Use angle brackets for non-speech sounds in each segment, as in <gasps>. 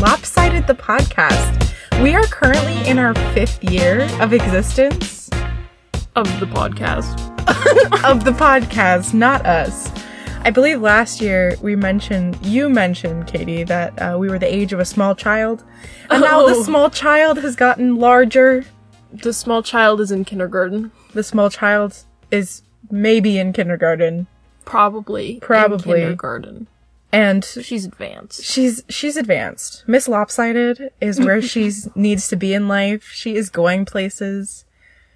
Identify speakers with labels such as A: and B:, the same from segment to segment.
A: Lopsided the Podcast. We are currently in our fifth year of existence
B: of the podcast.
A: of the podcast, not us. I believe last year we mentioned, you mentioned, Katie, that uh, we were the age of a small child. And now the
B: Oh.
A: small child has gotten larger.
B: The small child is in kindergarten.
A: The small child is maybe in kindergarten.
B: Probably. in
A: Probably.
B: kindergarten.
A: And
B: She's advanced.
A: she's she's advanced. Miss Lopsided is where she needs to be in life. She is going places.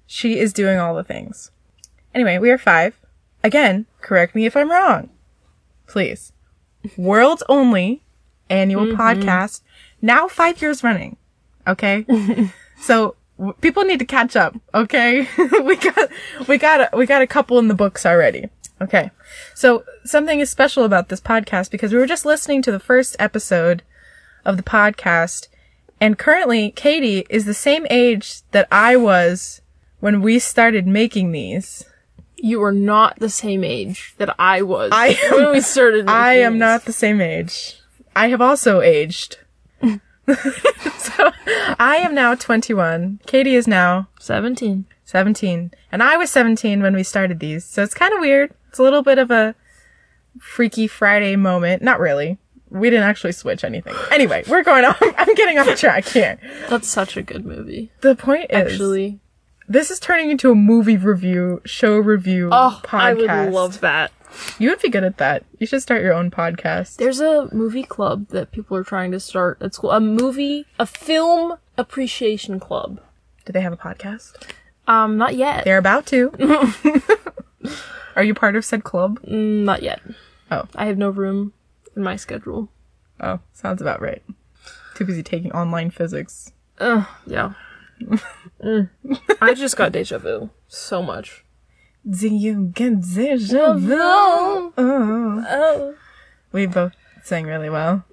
A: She is doing all the things. Anyway, we are five. Again, correct me if I'm wrong. Please. World's only annual podcast. Now five years running. Okay? so w- people need to catch up, okay? <laughs> we got we got a, we got a couple in the books already. Okay. So something is special about this podcast because we were just listening to the first episode of the podcast and currently Katie is the same age that I was when we started making these.
B: You are not the same age that I was
A: I am-
B: <laughs> when we started.
A: I
B: making
A: am
B: these.
A: not the same age. I have also aged. <laughs> so I am now 21. Katie is now
B: seventeen.
A: 17. And I was 17 when we started these. So it's kind of weird. It's a little bit of a freaky Friday moment. Not really. We didn't actually switch anything. Anyway, we're going off. <laughs> I'm getting off track here.
B: That's such a good movie.
A: The point is,
B: Actually,
A: this is turning into a movie review, show review
B: oh,
A: podcast.
B: I would love that.
A: You would be good at that. You should start your own podcast.
B: There's a movie club that people are trying to start at school. A movie, a film appreciation club.
A: Do they have a podcast?
B: Um, not yet.
A: They're about
B: <laughs>
A: to. Are you part of said club?
B: Mm, Not yet.
A: Oh.
B: I have no room in my schedule.
A: Oh, sounds about right. Too busy taking online physics.
B: Ugh, yeah. Mm. <laughs> I just got deja vu so much.
A: Do you get deja vu? Oh.
B: Oh.
A: We both sang really well.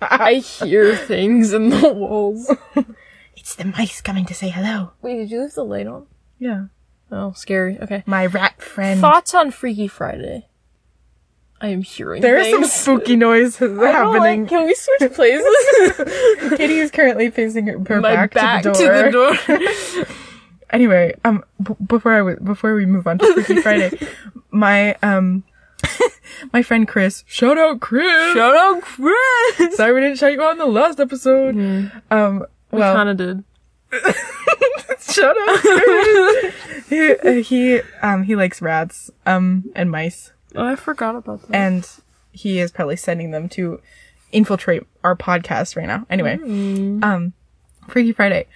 B: I hear things in the walls.
A: It's the mice coming to say hello.
B: Wait, did you leave the light on?
A: Yeah.
B: Oh, scary. Okay.
A: My rat friend.
B: Thoughts on Freaky Friday? I am hearing
A: there are some <laughs>
B: things.
A: spooky noises
B: I don't like-
A: happening.
B: Can we switch
A: <laughs>
B: places?
A: Katie is currently facing her her
B: My
A: back, to, the door. <laughs> Anyway, um, b- before I w- before we move on to Freaky <laughs> Friday, my um, my friend Chris, shout out Chris,
B: Shut up, Chris.
A: Sorry we didn't shout you out in the last episode. Um, well, <laughs>
B: we kind of did.
A: shut <laughs>
B: Oh,
A: up. he, uh, he, um, he likes rats, um, and mice,
B: Oh, I forgot about that.
A: and he is probably sending them to infiltrate our podcast right now. Anyway,
B: Mm.
A: um, Freaky Friday.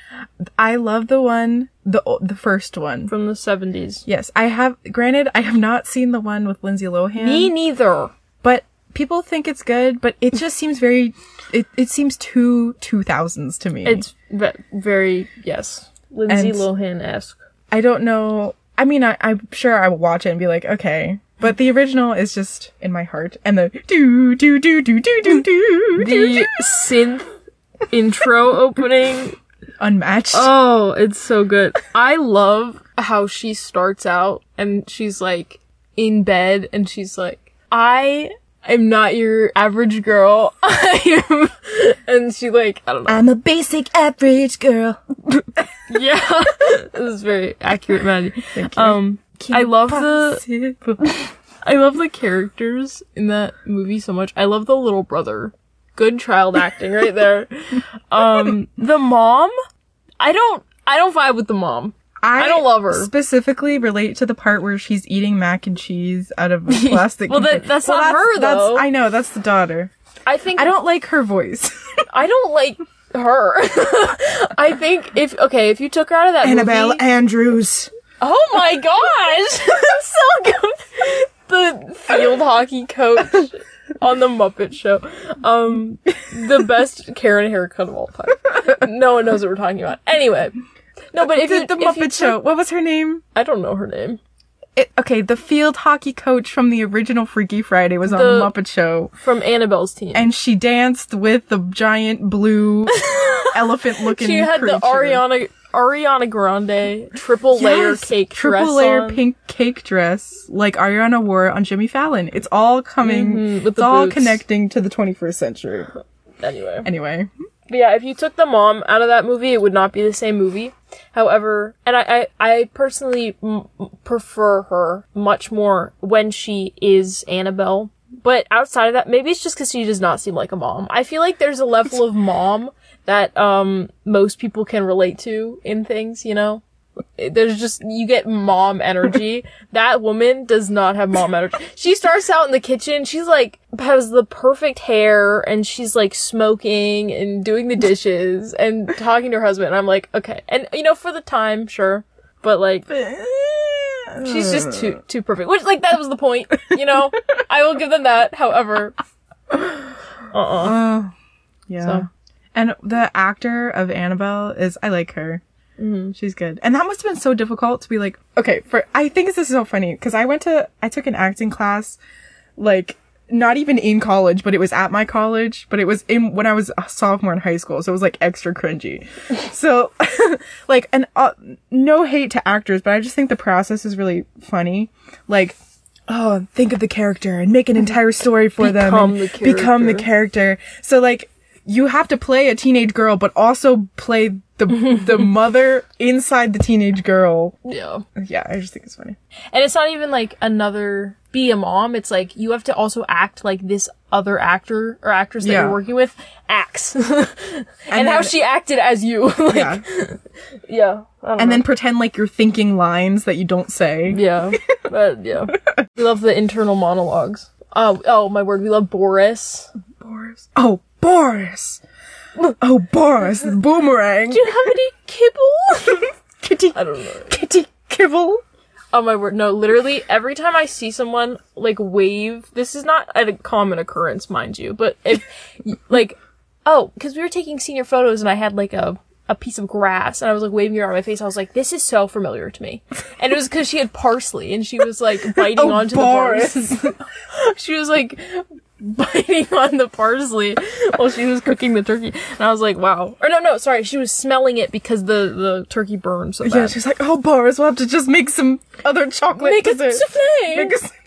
A: I love the one, the o- the first one.
B: From the 70s.
A: Yes, I have. Granted, I have not seen the one with Lindsay Lohan,
B: Me neither.
A: but people think it's good. But it just seems very, it, it seems too two thousands to me.
B: It's ve- very, yes, Lindsay
A: And-
B: Lohan esque.
A: I don't know. I mean, I, I'm sure I will watch it and be like, okay. But the original is just in my heart, and the do do do do do do do do
B: The
A: do
B: synth intro opening.
A: unmatched.
B: Oh, it's so good. I love how she starts out and she's like in bed and she's like, I am not your average girl. <laughs> I am. And she like, I don't know. <laughs>
A: I'm a basic average girl.
B: Yeah. <laughs> this is very accurate, Maddie.
A: Thank you.
B: Um, I love the
A: the.
B: I love the characters in that movie so much. I love the little brother. Good child acting
A: <laughs>
B: right there. Um, the mom, I don't, I don't vibe with the mom.
A: I,
B: don't love her.
A: Specifically, relate to the part where she's eating mac and cheese out of a
B: <laughs>
A: plastic.
B: Well, that-
A: container.
B: that's not her, though.
A: I know that's the daughter.
B: I think
A: I don't like her
B: <laughs>
A: voice.
B: I don't like her. <laughs> I think if okay, if you took her out of that movie,
A: Andrews.
B: oh
A: <laughs>
B: my gosh, <laughs> That's so good. The field hockey coach on the Muppet Show, um, the best Karen haircut of all time. No one knows what we're talking about. Anyway, no, but if
A: The,
B: you,
A: the
B: if you
A: Muppet Show. What was her name?
B: I don't know her name.
A: it, okay, the field hockey coach from the original Freaky Friday was on
B: The-
A: the Muppet Show,
B: From Annabelle's team.
A: and she danced with the giant
B: <laughs>
A: blue elephant-looking.
B: she had the
A: creature.
B: Ariana Ariana Grande triple layer
A: Yes,
B: cake
A: triple
B: dress
A: layer
B: on.
A: pink cake dress like Ariana wore on Jimmy Fallon. It's all coming.
B: Mhm, with
A: it's
B: the
A: all
B: boots.
A: connecting to the 21st century.
B: Anyway. <laughs>
A: Anyway,
B: But yeah, if you took the mom out of that movie, it would not be the same movie. However, and I, I, I personally m- prefer her much more when she is Annabelle. But outside of that, maybe it's just because she does not seem like a mom. I feel like there's a level of mom that um most people can relate to in things, you know? There's just, you get mom energy. that woman does not have mom energy. She starts out in the kitchen. She's like, has the perfect hair and she's like smoking and doing the dishes and talking to her husband. And I'm like, okay. And you know, for the time, sure. But like, she's just too, too perfect. Which, like, that was the point, you know? I will give them that. However, uh-uh.
A: Oh, yeah.
B: So.
A: And the actor of Annabelle is, I like her.
B: Mm-hmm.
A: She's good. And that must have been so difficult to be like, okay, for, I think this is so funny because I went to, I took an acting class, like, not even in college, but it was at my college, but it was in, when I was a sophomore in high school. So it was like extra
B: <laughs>
A: cringy. so, <laughs> like, and uh, no hate to actors, but I just think the process is really funny. Like, oh, think of the character and
B: <laughs>
A: make an entire story for them.
B: Become
A: and
B: the
A: Become the
B: character.
A: character. So like you have to play a teenage girl, but also play the
B: <laughs>
A: the mother inside the teenage girl.
B: Yeah.
A: Yeah, I just think it's
B: <laughs>
A: funny.
B: And it's not even like another be a mom. It's like you have to also act like this other actor or actress that
A: Yeah.
B: you're working with acts. <laughs> and how
A: then-
B: she acted as you. <laughs> like, uh-huh. yeah.
A: Yeah,
B: I don't
A: and
B: know.
A: then pretend like you're thinking lines that you don't say. <laughs>
B: Yeah. But yeah. We love the internal monologues. Oh, oh my word, we love Boris.
A: Boris. Oh, Boris. Oh, Boris, the boomerang.
B: Do you have any kibble? <laughs>
A: Kitty,
B: I don't know.
A: kitty, kibble.
B: Oh my word, no, literally every time I see someone like wave, this is not a common occurrence, mind you, but if <laughs> like oh, cuz we were taking senior photos and I had like a a piece of grass and I was like waving it around my face. I was like, this is so familiar to me. And it was cuz she had parsley and she
A: <laughs>
B: was like biting
A: Oh, <laughs>
B: onto
A: Boris.
B: the parsley. <laughs> she was like biting on the parsley while she was cooking the turkey. And I was like, wow. Or no, no, sorry. She was smelling it because the the turkey burned so
A: <laughs>
B: bad.
A: Yeah, she's like, oh, Boris, we'll have to just make some other chocolate
B: Make a
A: dessert.
B: souffle.
A: Make a souffle.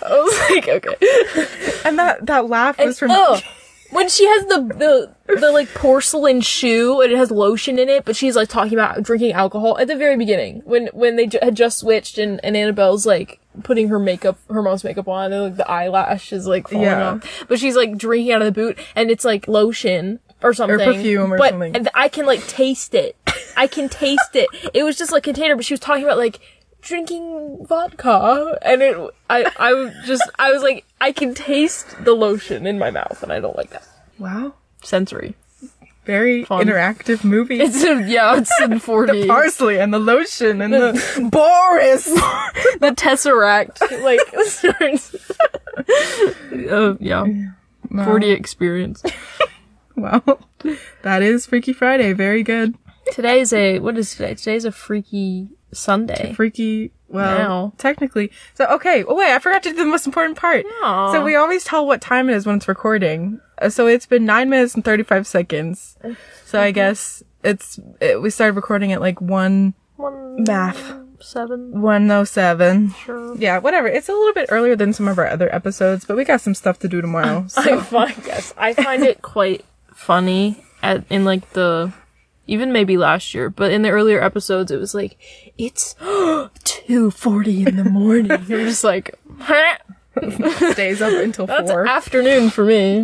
B: I was like, okay.
A: And that that laugh was from.
B: Oh, <laughs> when she has the, the the like porcelain shoe and it has lotion in it, but she's like talking about drinking alcohol at the very beginning when when they ju- had just switched and and Annabelle's like putting her makeup her mom's makeup on and like the eyelash is like falling
A: Yeah.
B: off, but she's like drinking out of the boot and it's like lotion or something
A: perfume or
B: but,
A: something.
B: And I can like taste it. I can taste it. It was just like container, but she was talking about like drinking vodka and it I I was just I was like I can taste the lotion in my mouth and I don't like that.
A: Wow.
B: Sensory.
A: Very interactive movie.
B: It's in, yeah, <laughs> it's in 4D.
A: <laughs>
B: The,
A: parsley and the lotion and <laughs> the Boris.
B: <laughs> tesseract like starts. uh, yeah. 4D <laughs> experience.
A: Well, that is Freaky Friday. Very good.
B: Today is a what is today? Today's a freaky Sunday.
A: Freaky. Well,
B: Now.
A: technically. So okay. Oh wait, I forgot to do the most important part.
B: Aw.
A: So we always tell what time it is when it's recording. Uh, So it's been nine minutes and thirty-five seconds. So I guess it's it, we started recording at like one
B: One
A: math
B: seven
A: one oh seven.
B: sure.
A: Yeah, whatever. It's a little bit earlier than some of our other episodes, but we got some stuff to do
B: <laughs>
A: tomorrow. So
B: I find yes, I find it quite funny at in like the even maybe last year, but in the earlier episodes, it was like it's <gasps> two forty in the morning. You're just like <laughs> "Huh,
A: days up until
B: that's
A: four.
B: afternoon for me.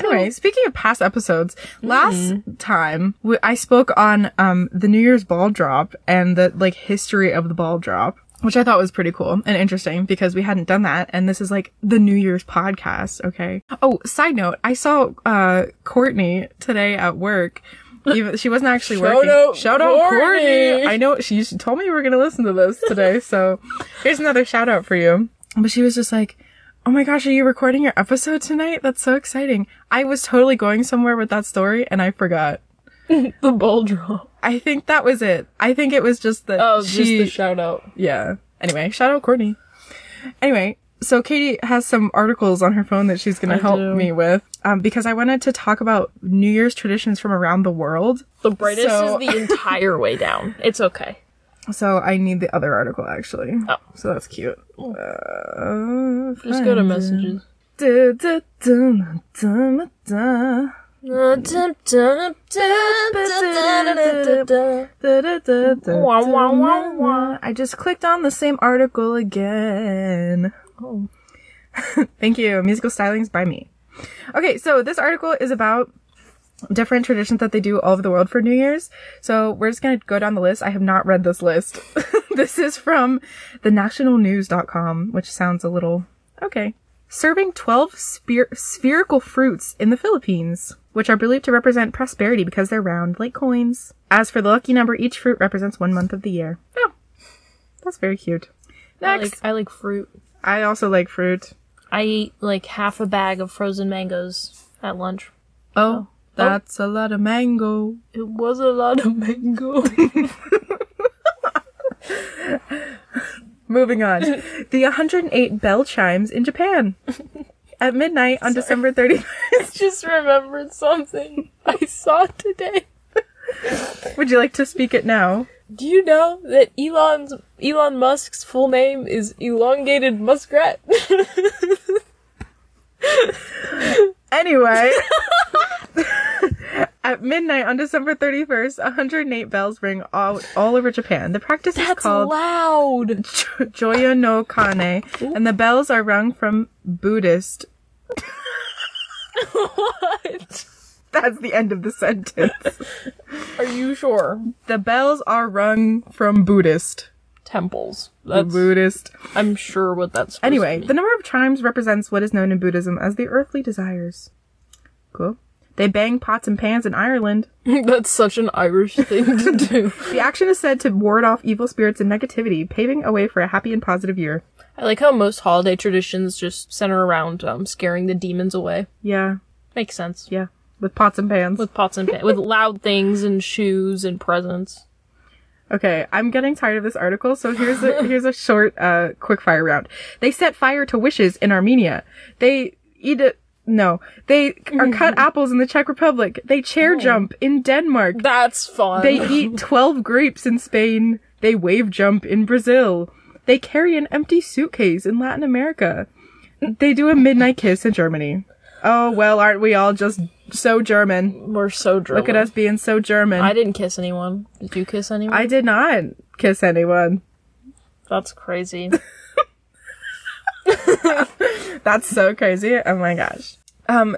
A: Anyway, speaking of past episodes,
B: Mm-hmm.
A: last time we, I spoke on um the New Year's ball drop and the like history of the ball drop, which I thought was pretty cool and interesting because we hadn't done that, and this is like the New Year's podcast. Okay. Oh, side note, I saw uh Courtney today at work. Even, she wasn't actually
B: Shout
A: working.
B: out
A: shout out
B: Courtney.
A: Courtney! I know she she told me you were gonna listen to this today, so here's another shout out for you. But she was just like, Oh my gosh, are you recording your episode tonight? That's so exciting. I was totally going somewhere with that story and I forgot.
B: The ball drop.
A: I think that was it. I think it was just that
B: Oh, just
A: she
B: the shout out.
A: Yeah. Anyway, shout out Courtney. Anyway, so Katie has some articles on her phone that she's gonna help
B: do.
A: me with. Um, because I wanted to talk about New Year's traditions from around the world.
B: The brightest
A: So-
B: <laughs> is the entire way down. It's okay.
A: So I need the other article actually.
B: Oh.
A: So that's cute. Uh,
B: Just go to messages.
A: Du- du- dum- dum- dum. Da- da- da- da-
B: Wah, wah,
A: dum-
B: wah, wah.
A: I just clicked on the same article again.
B: Oh.
A: <laughs> Thank you. Musical stylings by me. Okay, so this article is about different traditions that they do all over the world for New Year's. So we're just gonna go down the list. I have not read this list. <laughs> this is from the nationalnews.com, which sounds a little okay. Serving 12 sphere- spherical fruits in the Philippines, which are believed to represent prosperity because they're round like coins. As for the lucky number, each fruit represents one month of the year. Oh, that's very cute.
B: I
A: Next,
B: like, I like fruit.
A: I also like fruit.
B: I ate like half a bag of frozen mangoes at lunch.
A: Oh, that's a lot of mango.
B: It was a lot of <laughs> mango.
A: Moving on.
B: <laughs>
A: the 108 bell chimes in Japan. At midnight on December 31st.
B: Just remembered something I saw today.
A: <laughs> Would you like to speak it now?
B: Do you know that Elon's Elon Musk's full name is elongated muskrat? <laughs> <laughs>
A: Anyway. At midnight on December 31st, 108 bells ring all, all over Japan. The practice is
B: That's
A: called
B: loud.
A: Jo- Joya no Kane, and the bells are rung from Buddhist.
B: <laughs> what?
A: That's the end of the sentence.
B: <laughs> Are you sure?
A: the bells are rung from Buddhist.
B: Temples. That's
A: Buddhist.
B: I'm sure what that's. supposed
A: Anyway,
B: to
A: the number of chimes represents what is known in Buddhism as the earthly desires. Cool. They bang pots and pans in Ireland.
B: mean. <laughs> that's such an Irish thing to <laughs> do.
A: The action is said to ward off evil spirits and negativity, paving a way for a happy and positive year.
B: I like how most holiday traditions just center around um, scaring the demons away.
A: Yeah,
B: Makes sense.
A: yeah. With pots and pans.
B: With pots and pans, with loud things and shoes and presents.
A: Okay, I'm getting tired of this article, so here's a here's a short uh quick fire round. They set fire to wishes in Armenia. They eat a no. They are cut apples in the Czech Republic. They chair jump in Denmark.
B: That's fun.
A: They eat 12 grapes in Spain. They wave jump in Brazil. They carry an empty suitcase in Latin America. They do a midnight kiss in Germany. Oh, well, aren't we all just so German?
B: We're so German.
A: Look at us being so German.
B: I
A: I,
B: didn't kiss anyone. Did you kiss anyone?
A: did not kiss anyone.
B: That's crazy.
A: That's so crazy. Oh my gosh. Um,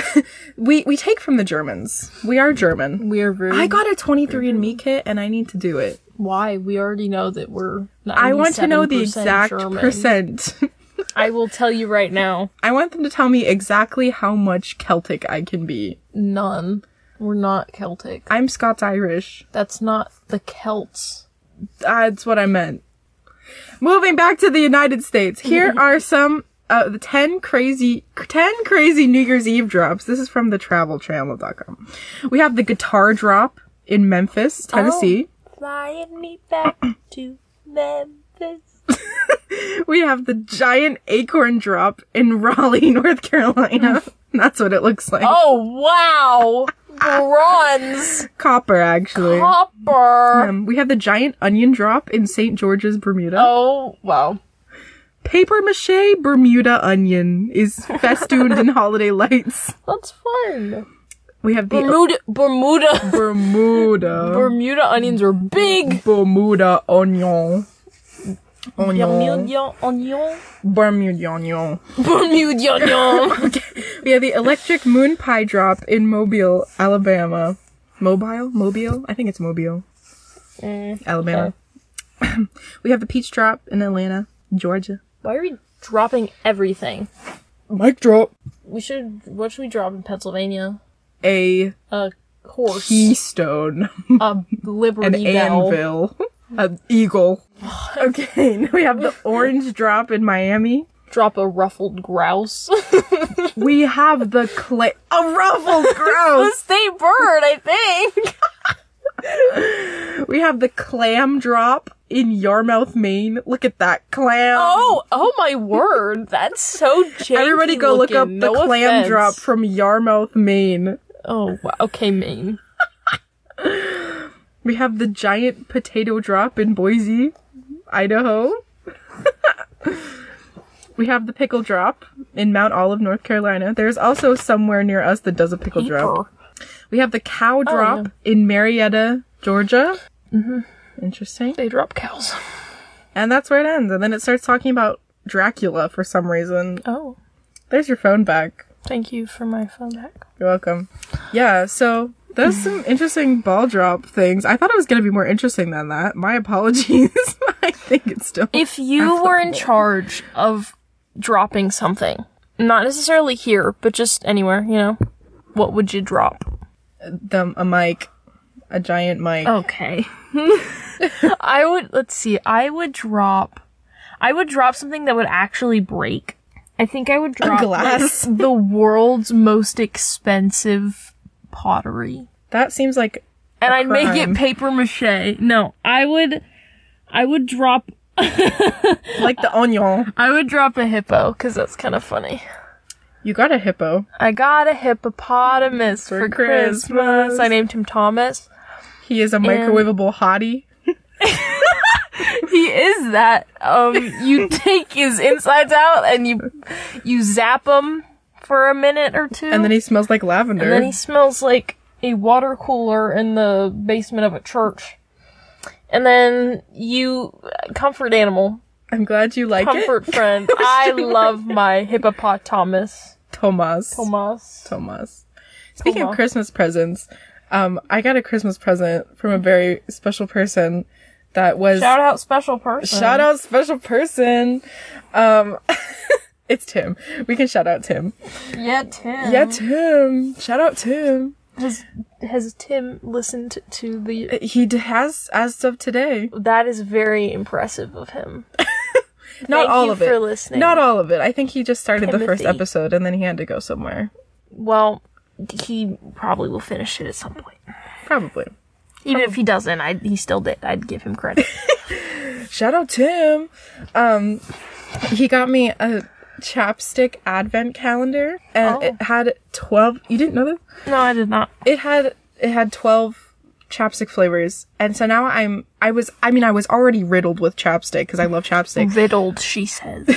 A: <laughs> we, we take from the Germans. <laughs> We are German.
B: we are rude.
A: I got a 23andMe kit and I need to do it.
B: Why? We already know that we're.
A: I want to know the
B: 97%
A: exact
B: German.
A: percent. <laughs>
B: I will tell you right now.
A: I want them to tell me exactly how much Celtic I can be.
B: None. We're not Celtic.
A: I'm Scots Irish.
B: That's not the Celts.
A: That's what I meant. Moving back to the United States, here are some uh, the 10 crazy 10 crazy New Year's Eve drops. This is from the travelchannel.com. We have the guitar drop in Memphis, Tennessee.
B: Flying me back to Memphis.
A: We have the giant acorn drop in <laughs> Raleigh, North Carolina. That's what it looks like.
B: Oh wow!
A: <laughs>
B: Bronze
A: Copper actually.
B: copper.
A: Um, we have the giant onion drop in St. George's, Bermuda.
B: Oh wow!
A: Paper mache Bermuda onion is festooned in holiday lights.
B: That's fun.
A: We have the
B: Bermuda, Bermuda,
A: Bermuda
B: Bermuda onions are big.
A: Bermuda onion. Onion.
B: Bermuda onion,
A: <laughs> Bermuda onion.
B: Bermuda onion.
A: We have the electric moon pie drop in Mobile, Alabama. Mobile? Mobile? I think it's Mobile,
B: Mm,
A: Alabama. <clears throat> we have the peach drop in Atlanta, Georgia.
B: <laughs> Why are we dropping everything?
A: Mic drop.
B: We should. What should we drop in Pennsylvania?
A: A
B: A horse,
A: keystone.
B: a
A: an
B: liberty bell. <laughs>
A: anvil, an eagle. Okay, now we have the orange drop in Miami.
B: Drop a ruffled grouse. <laughs>
A: We have the clay, a
B: <laughs>
A: ruffled grouse.
B: state bird, I think.
A: We have the clam drop in Yarmouth, Maine. Look at that clam.
B: <laughs> Oh, oh my word! That's so. Janky
A: Everybody go look up
B: looking,
A: the
B: no
A: clam
B: offense.
A: drop from Yarmouth, Maine.
B: Oh, wow. okay, Maine.
A: We have the giant potato drop in Boise, Idaho. <laughs> We have the pickle drop in Mount Olive, North Carolina. There's also somewhere near us that does a pickle drop. We have the
B: Oh,
A: cow drop in Marietta, Georgia. Mm-hmm. Interesting.
B: They drop cows. <laughs>
A: And that's where it ends. And then it starts talking about Dracula for some reason.
B: Oh,
A: There's your phone back.
B: thank you for my phone back.
A: You're welcome. Yeah, so
B: <laughs>
A: there's some interesting ball drop things. I thought it was going to be more interesting than that. My <laughs> apologies. I think it's still.
B: If you were in
A: applicable.
B: charge of dropping something, not necessarily here, but just anywhere, you know, what would you drop?
A: them a mic, a giant mic.
B: Oh. Okay. <laughs> I would let's see. I would drop I would drop something that would actually break. I think I would drop like,
A: glass.
B: <laughs> the world's most expensive pottery.
A: That seems like
B: And I'd make
A: crime.
B: it paper mache. No, I would I would drop
A: like the onion.
B: I would drop a hippo cuz that's kind of funny.
A: You got a hippo.
B: I got a hippopotamus for,
A: For
B: Christmas.
A: Christmas.
B: I named him Thomas.
A: He is a microwavable hottie.
B: He is that.
A: <laughs>
B: Um, you take his insides out and you you zap him for a minute or two,
A: And then he smells like lavender.
B: and then he smells like a water cooler in the basement of a church. And then you uh, comfort animal,
A: I'm glad you like
B: comfort
A: <laughs> it.
B: friend. I love my hippopotamus,
A: Tomas.
B: Thomas.
A: Tomas. Speaking
B: Tomas.
A: of Christmas presents, um, I got a Christmas present from a very special person that was
B: Shout out special person.
A: Shout out special person. Um, <laughs> it's Tim. We can shout out Tim.
B: yeah, Tim.
A: Yeah, Tim. Shout out Tim.
B: Has has Tim listened to the?
A: He d- has as of today.
B: That is very impressive of him.
A: Not
B: Thank
A: all
B: you
A: of it.
B: for listening.
A: Not all of it. I think he just started the first
B: Timothy.
A: episode and then he had to go somewhere.
B: Well, he probably will finish it at some point.
A: Probably.
B: Even if he doesn't, I he still did. I'd give him
A: <laughs>
B: credit.
A: Shout out Tim. Um, he got me a chapstick advent calendar and
B: Oh.
A: it had 12 you didn't know this
B: no, I did not.
A: it had it had 12 chapstick flavors and so now i'm i was i mean i was already riddled with chapstick because i love chapstick
B: Riddled, she says.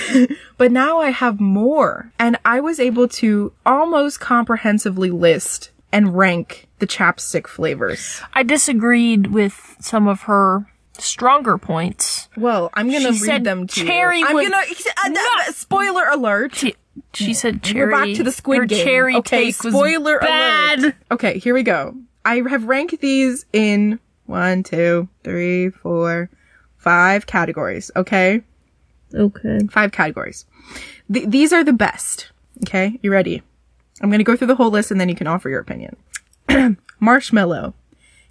A: but now i have more and i was able to almost comprehensively list and rank the chapstick flavors
B: I disagreed with some of her stronger points.
A: well i'm gonna
B: She
A: read
B: said
A: them to
B: cherry
A: you i'm
B: was
A: gonna uh, uh, spoiler alert
B: She, she said cherry.
A: We're back to the Squid
B: her
A: Game.
B: cherry
A: okay,
B: take was
A: spoiler
B: bad.
A: alert. Okay, here we go. I have ranked these in one, two, three, four, five categories. Okay,
B: Okay.
A: five categories. Th- these are the best. Okay, you ready? I'm gonna go through the whole list and then you can offer your opinion. <clears throat> Marshmallow,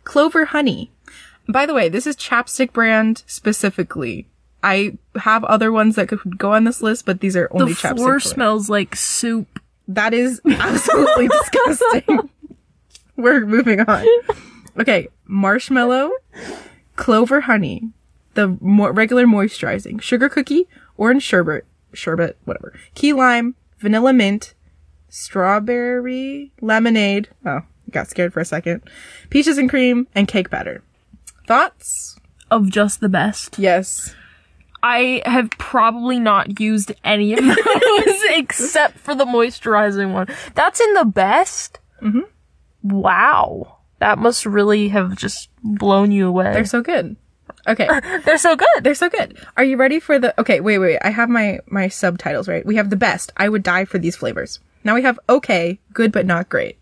A: clover honey. By the way, this is Chapstick brand specifically. I have other ones that could go on this list, but these are
B: The
A: only Chapstick.
B: floor
A: brand.
B: smells like soup.
A: That is absolutely disgusting. We're moving on. Okay, marshmallow, clover honey, the mo- regular moisturizing, sugar cookie, orange sherbet, sherbet, whatever, key lime, vanilla mint, strawberry, lemonade. Oh, got scared for a second. Peaches and cream, and cake batter. Thoughts?
B: Of just the best.
A: Yes.
B: I have probably not used any of <laughs> those except for the moisturizing one. That's in the best? Mm-hmm. Wow. That must really have just blown you away.
A: They're so good. Okay.
B: <laughs> They're so good.
A: They're so good. Are you ready for the Okay, wait, wait. wait. I have my my subtitles right. We have the best. I would die for these flavors. Now we have okay, good but not great.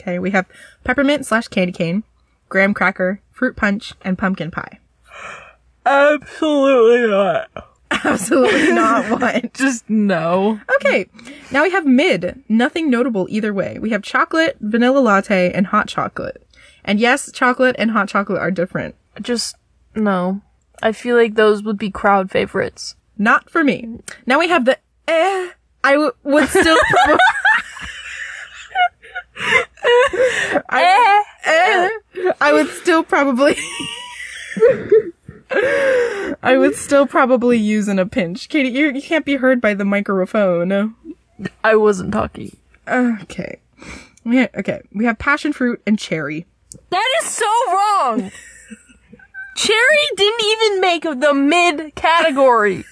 A: Okay, we have peppermint slash candy cane, graham cracker, fruit punch, and pumpkin pie. <laughs>
B: Absolutely not.
A: Absolutely not one.
B: Just no.
A: Okay, now we have mid. Nothing notable either way. We have chocolate, vanilla latte, and hot chocolate. And yes, chocolate and hot chocolate are different.
B: Just no. I feel like those would be crowd favorites.
A: Not for me. Now we have the eh. I w- would
B: <laughs>
A: still. prob-
B: Eh.
A: I, would- eh. I would still probably. I would still probably use in a pinch. Katie, you, you can't be heard by the microphone.
B: I wasn't talking.
A: Okay. We ha- okay. We have passion fruit and cherry.
B: That is so wrong. Cherry didn't even make the mid category.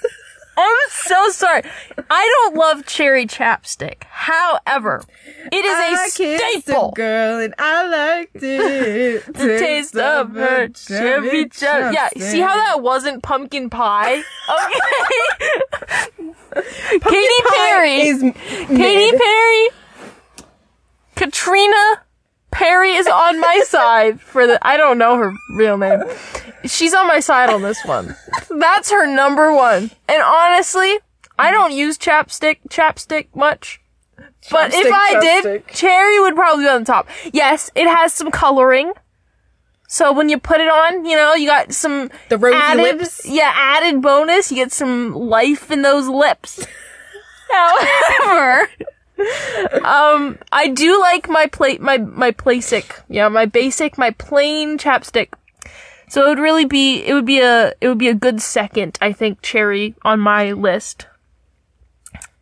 B: I'm so sorry. I don't love cherry chapstick. However, it is a
A: I kissed
B: staple.
A: a girl and I liked it.
B: The <laughs> taste of her cherry chap. Yeah, see how that wasn't
A: <laughs>
B: pumpkin pie? Okay. Katy Perry.
A: is
B: Katy Perry, Katrina Perry is on
A: <laughs>
B: my side for the. I don't know her real name. She's on my side on this one. That's her number one. And honestly, I don't use chapstick chapstick much. But if
A: Chapstick,
B: I did,
A: chapstick.
B: cherry would probably be on the top. Yes, it has some coloring. So when you put it on, you know, you got some
A: The rosy
B: added,
A: lips.
B: Yeah, added bonus. You get some life in
A: <laughs>
B: those lips. However, um, I do like my plate, my my basic, yeah, my basic, my plain chapstick. So it would really be, it would be a, it would be a good second, I think, cherry on my list.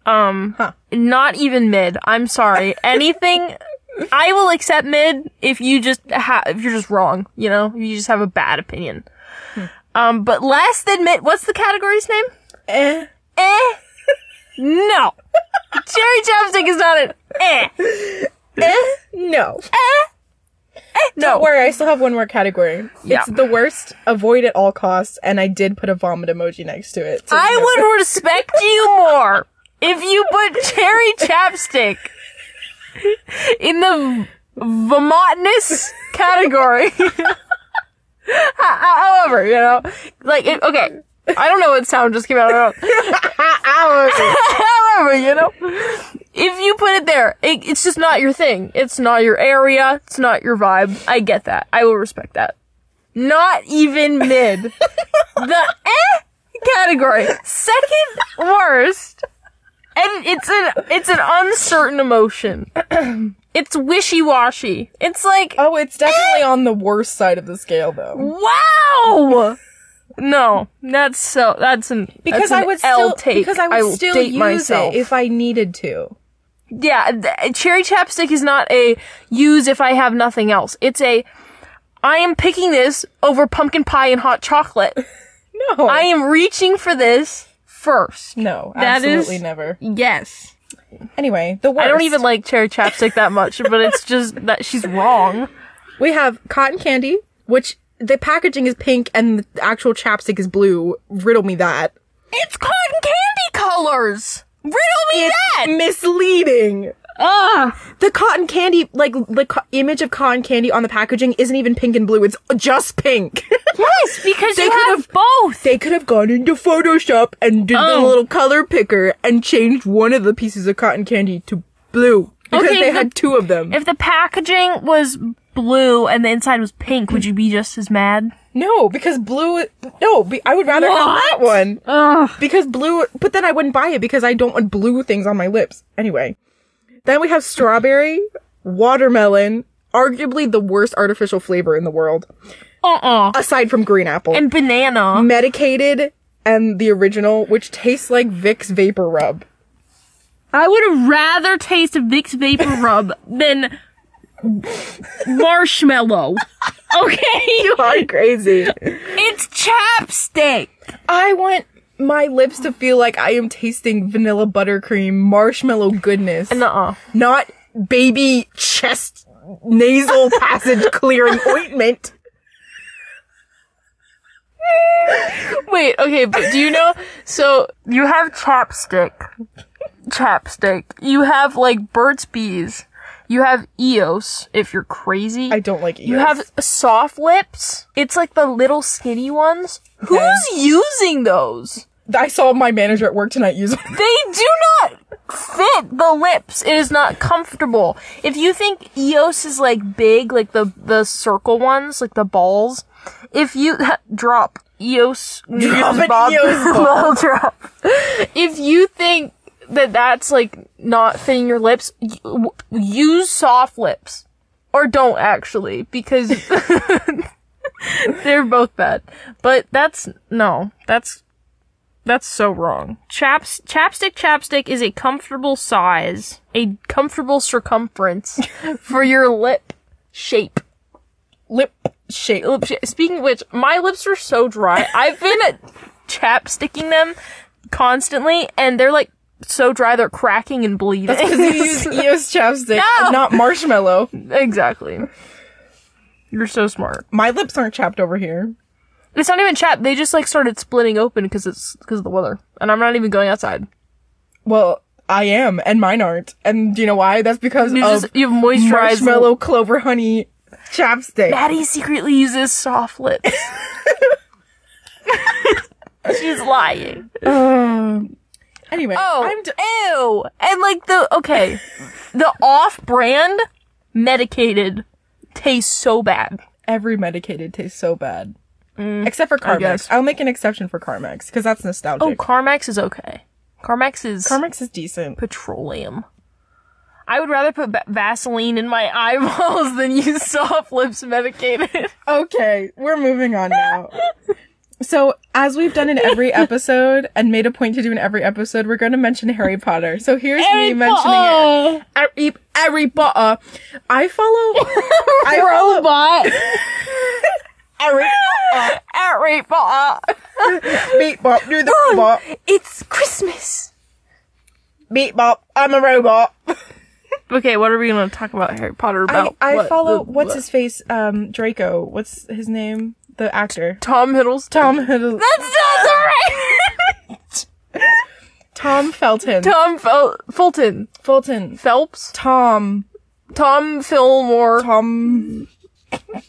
B: Um,
A: Huh.
B: not even mid.
A: <laughs>
B: I'm sorry. Anything, I will accept mid if you just ha- if you're just wrong, you know, if you just have a bad opinion. Um, but less than mid. What's the category's name?
A: Eh.
B: eh. No. Cherry chapstick is not an eh.
A: Eh? No.
B: Oh. No.
A: Don't worry, I still have one more category.
B: Yeah.
A: It's the worst, avoid at all costs, and I did put a vomit emoji next to it. so you
B: I
A: know.
B: would respect you more if you put cherry chapstick in the vomotinous category. <laughs> Ho- However, you know, like, it, okay, I don't know what sound just came out of my mouth. <laughs> However, you know, if you put it there, it, it's just not your thing. It's not your area. It's not your vibe. I get that. I will respect that. Not
A: <laughs>
B: even mid. the eh category. Second worst. And it's an it's an
A: <clears throat>
B: uncertain emotion. it's wishy washy. It's like
A: Oh, it's definitely on the worst side of the scale, though.
B: wow. No, that's so that's an
A: Because
B: that's an
A: I would
B: L
A: still
B: take.
A: because I would
B: will
A: still
B: date
A: use
B: myself.
A: it if I needed to.
B: yeah, th- cherry chapstick is not a use if I have nothing else. It's a I am picking this over pumpkin pie and hot <laughs> chocolate.
A: No,
B: I am reaching for this first.
A: no,
B: That is-
A: absolutely never.
B: Yes.
A: Anyway, the worst.
B: I don't even like cherry chapstick that much, but it's just that she's wrong.
A: We have cotton candy, which the packaging is pink and the actual chapstick is blue. Riddle me that.
B: It's cotton candy colors. Riddle me that.
A: Misleading.
B: Ugh.
A: The cotton candy, like the co- image of cotton candy on the packaging, isn't even pink and blue. It's just pink. <laughs>
B: Yes, because
A: They
B: you
A: could
B: have
A: have-
B: both.
A: they could have gone into Photoshop and did
B: Oh.
A: the little color picker and changed one of the pieces of cotton candy to blue because
B: Okay,
A: they
B: if the-
A: had two of them.
B: If the packaging was blue and the inside was pink, would you be just as mad?
A: no, because blue. No, be, I would rather have that
B: What?
A: one
B: Ugh.
A: because blue. But then I wouldn't buy it because I don't want blue things on my lips. Anyway, then we have strawberry, watermelon, arguably the worst artificial flavor in the world
B: Uh-uh.
A: aside from green apple,
B: And banana.
A: medicated, and the original, which tastes like Vicks Vapor
B: <laughs>
A: Rub.
B: I would rather taste a Vicks <laughs> Vapor Rub than marshmallow. Okay?
A: God, crazy.
B: It's chapstick.
A: I want my lips to feel like I am tasting vanilla buttercream, marshmallow goodness,
B: Nuh-uh.
A: not baby chest
B: <laughs>
A: nasal passage clearing ointment.
B: Wait, okay, but do you know? So you have chapstick, chapstick. You have like Burt's Bees. You have Eos. If you're crazy,
A: I don't like
B: You have soft lips. It's like the little skinny ones. Who's using those?
A: I saw my manager at work tonight use. <laughs>
B: They do not fit the lips. It is not comfortable. If you think Eos is like big, like the the circle ones, like the balls, if you <laughs> drop Eos,
A: <laughs> Drop an
B: <laughs>
A: Eos ball.
B: ball drop. If you think that that's like not fitting your lips, y- w- use soft lips or don't actually
A: <laughs>
B: because <laughs> they're both bad. But that's no, that's that's so wrong. Chaps, chapstick, chapstick is a comfortable size, a
A: <laughs>
B: comfortable circumference for your lip shape.
A: lip shape. <laughs>
B: Lip shape. Speaking of which, my lips are so dry. I've been chapsticking them constantly, and they're like so dry they're cracking and bleeding. <laughs>
A: Because you use Eos chapstick,
B: No!
A: not marshmallow.
B: exactly. You're so smart.
A: My lips aren't chapped over here.
B: It's not even chapped. They just like started splitting open because it's because of the weather, and I'm not even going outside.
A: Well, I am, and mine aren't. And do you know why? That's because
B: You
A: of
B: just you have moisturized.
A: marshmallow clover honey chapstick.
B: Maddie secretly uses
A: <laughs>
B: soft lips. She's lying.
A: Um, anyway,
B: Oh,
A: I'm d-
B: ew! And like the okay, the off-brand medicated tastes so bad.
A: every medicated tastes so bad. Except for Carmex.
B: guess.
A: I'll make an exception for Carmex because that's
B: Oh,
A: nostalgic.
B: Carmex is okay. Carmex is
A: Carmex is decent.
B: petroleum. I would rather put ba- Vaseline in my <laughs> eyeballs than use soft lips medicated.
A: Okay, we're moving on <laughs> now. so, as we've done in every episode and made a point to do in every episode, we're going to mention Harry Potter. So, here's me mentioning
B: mentioning
A: it. Harry, Harry Potter. I <laughs> follow. I follow.
B: <laughs> Robot.
A: Harry
B: Harry Potter.
A: Beat bop, do the robot.
B: It's Christmas.
A: Beat bop, I'm a robot.
B: Okay, what are we gonna talk about Harry Potter
A: I,
B: about?
A: I
B: What?
A: follow,
B: The-
A: what's
B: what?
A: his face? Um, Draco. What's his name? The actor.
B: Tom Hiddleston?
A: Tom Hiddle-
B: That's not right.
A: <laughs> Tom Felton.
B: Tom Fel- Fulton
A: Fulton.
B: Phelps.
A: Tom.
B: Tom Fillmore.
A: Tom.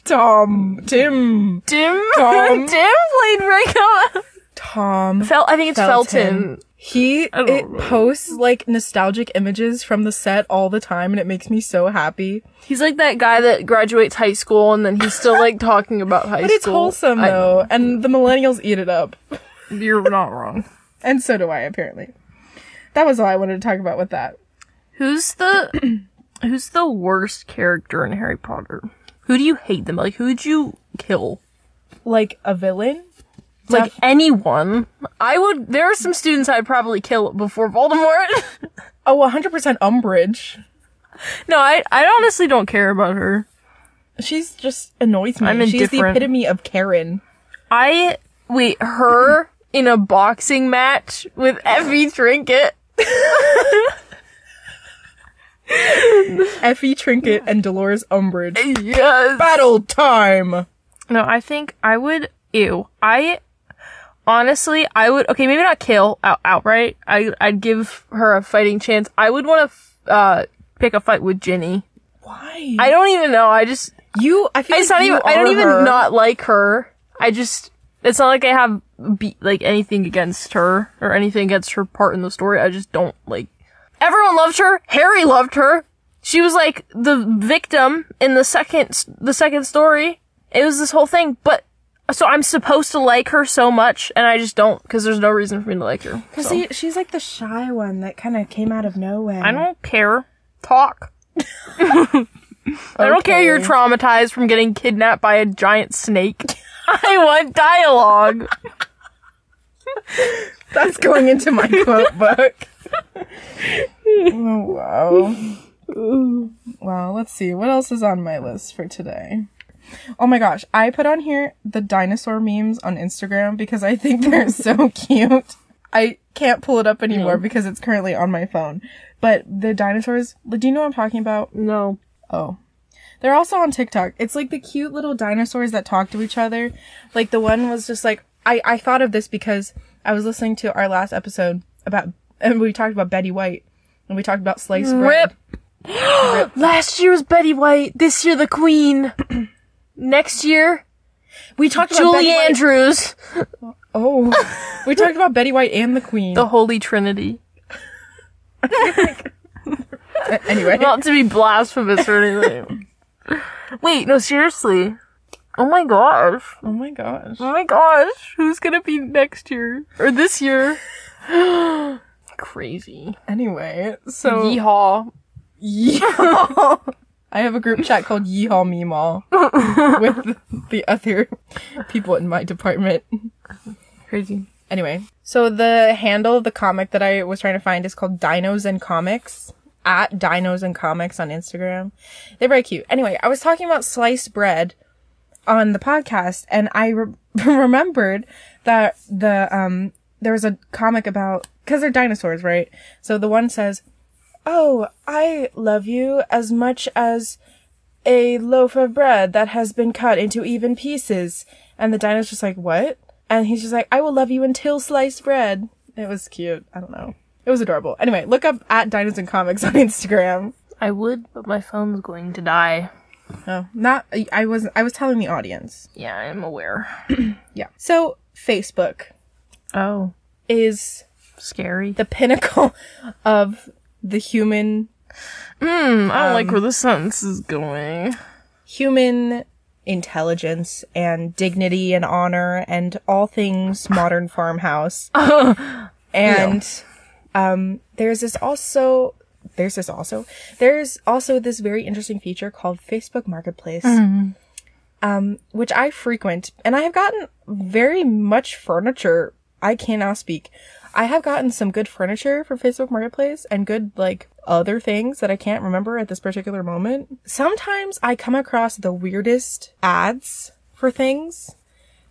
A: Tom. Tim.
B: Tim.
A: Tom.
B: <laughs> Tim played Draco.
A: Tom.
B: Fel- I think it's
A: Felton.
B: Felton.
A: He
B: don't
A: it
B: remember.
A: posts like nostalgic images from the set all the time, and it makes me so happy.
B: He's like that guy that graduates high school and then he's still like talking about
A: <laughs>
B: high
A: But
B: school.
A: it's wholesome
B: I-
A: though, and the millennials eat it up,
B: You're not wrong.
A: and so do I apparently. That was all I wanted to talk about with that.
B: Who's the <clears throat> Who's the worst character in Harry Potter? Who do you hate them? Like who'd you kill?
A: Like a villain,
B: Like anyone. I would there are some students I'd probably kill before Voldemort. <laughs>
A: oh, 100 percent Umbridge.
B: no, I I honestly don't care about her.
A: She's just annoys me.
B: I'm
A: She's the
B: indifferent.
A: epitome of Karen.
B: I wait, her in a boxing match with Effie Trinket.
A: Effie Trinket and Dolores Umbridge.
B: Yes.
A: Battle time.
B: No, I think I would. Ew. I honestly, I would. Okay, maybe not kill out, outright. I I'd give her a fighting chance. I would want to f- uh pick a fight with Ginny.
A: Why?
B: I don't even know. I just.
A: you. I feel
B: <laughs> It's
A: like
B: not
A: you
B: even. I don't
A: are
B: even
A: her.
B: not like her. I just. It's not like I have be- like anything against her or anything against her part in the story. I just don't like. Everyone loved her. Harry loved her. She was like the victim in the second s- the second story. It was this whole thing, but so I'm supposed to like her so much, and I just don't because there's no reason for me to like her. So.
C: See, she's like the shy one that kind of came out of nowhere.
B: I don't care. Talk. I don't care you're traumatized from getting kidnapped by a giant snake. <laughs> I want dialogue.
A: That's going into my quote book. <laughs> oh, wow. Wow, let's see. What else is on my list for today? Oh my gosh, I put on here the dinosaur memes on Instagram because I think they're <laughs> so cute. I can't pull it up anymore because it's currently on my phone. But the dinosaurs, do you know what I'm talking about?
B: No.
A: Oh. They're also on TikTok. It's like the cute little dinosaurs that talk to each other. Like the one was just like I I thought of this because I was listening to our last episode about and we talked about Betty White and we talked about sliced bread.
B: Rip. <gasps> Last year was Betty White. This year
A: <clears throat>
B: the Queen. Next year
A: We talked about
B: Julie
A: Betty White-
B: Andrews.
A: Oh. we talked about Betty White and the Queen.
B: The Holy Trinity. <laughs>
A: anyway.
B: Not to be blasphemous
A: <laughs>
B: or anything. Wait, no, seriously. Oh my gosh.
A: oh my gosh.
B: Oh my gosh, who's gonna be next year or this year? <gasps> Crazy.
A: Anyway, so
B: Yeehaw.
A: Yeehaw. <laughs> I have a group chat called Yeehaw Meemaw with the other people in my department.
B: Crazy.
A: Anyway, so the handle of the comic that I was trying to find is called Dinos and Comics at Dinos and Comics on Instagram. They're very cute. Anyway, I was talking about sliced bread <laughs> on the podcast, and I re- remembered that the um there was a comic about because they're dinosaurs, right? So the one says, "Oh, I love you as much as a loaf of bread that has been cut into even pieces," and the dinosaur's just like, "What?" And he's just like, "I will love you until sliced bread." It was cute. I don't know. It was adorable. Anyway, look up at Dinos and Comics <laughs> on Instagram.
B: I would, but my phone's going to die.
A: Oh, not I- I wasn't. I was telling the audience.
B: Yeah, I'm aware.
A: Yeah. So Facebook
B: Oh,
A: is
B: scary.
A: the pinnacle <laughs> of the human
B: Mm, I don't like where the sentence is going.
A: human intelligence and dignity and honor and all things modern farmhouse. and um, there's this also there's this also there's also this very interesting feature called Facebook Marketplace. Um, which I frequent, and I have gotten very much furniture. I cannot speak. I have gotten some good furniture for Facebook Marketplace and good, like, other things that I can't remember at this particular moment. Sometimes I come across the weirdest ads for things.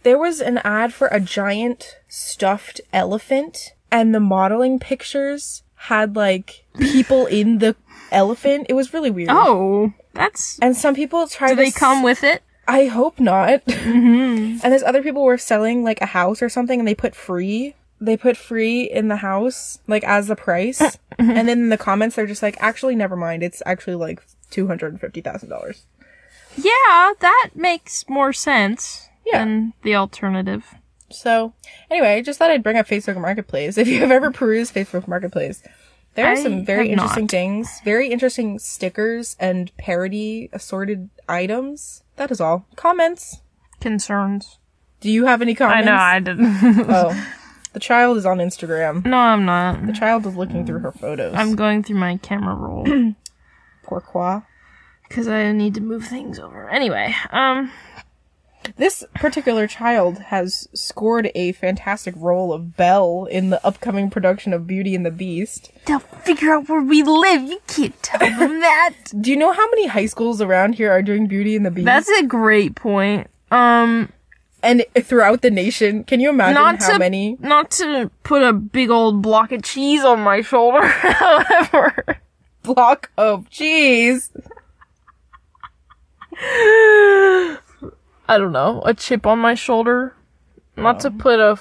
A: There was an ad for a giant stuffed elephant, and the modeling pictures had, like, people in the elephant. It was really weird.
B: Oh, that's.
A: And some people try
B: Do
A: to
B: they come with it?
A: I hope not. <laughs>
B: Mm-hmm.
A: And there's other people were selling like a house or something and they put free. They put free in the house, like as the price.
B: Uh, mm-hmm.
A: And then in the comments, they're just like, actually, never mind. It's actually like $250,000.
B: Yeah, that makes more sense
A: Yeah.
B: than the alternative.
A: So anyway, I just thought I'd bring up Facebook Marketplace. If you have ever perused Facebook Marketplace, there are
B: I
A: some very
B: have
A: interesting
B: not.
A: things, very interesting stickers and parody assorted items. That is all. Comments.
B: Concerns.
A: Do you have any
B: I
A: comments?
B: know, I didn't. <laughs>
A: Oh, the child is on Instagram.
B: no, I'm not.
A: The child is looking through her photos.
B: I'm going through my camera <clears throat> roll
A: Pourquoi?
B: because I need to move things over. Anyway, um,
A: This particular child has scored a fantastic role of Belle in the upcoming production of Beauty and the Beast.
B: they'll figure out where we live. You can't tell
A: <laughs>
B: them that.
A: Do you know how many high schools around here are doing Beauty and the Beast?
B: That's a great point. Um,
A: and throughout the nation, can you imagine
B: not
A: how
B: to
A: many?
B: not to put a big old block of cheese on my shoulder. <laughs> However,
A: Block of cheese.
B: I don't know, a chip on my shoulder. Not
A: Oh.
B: to put a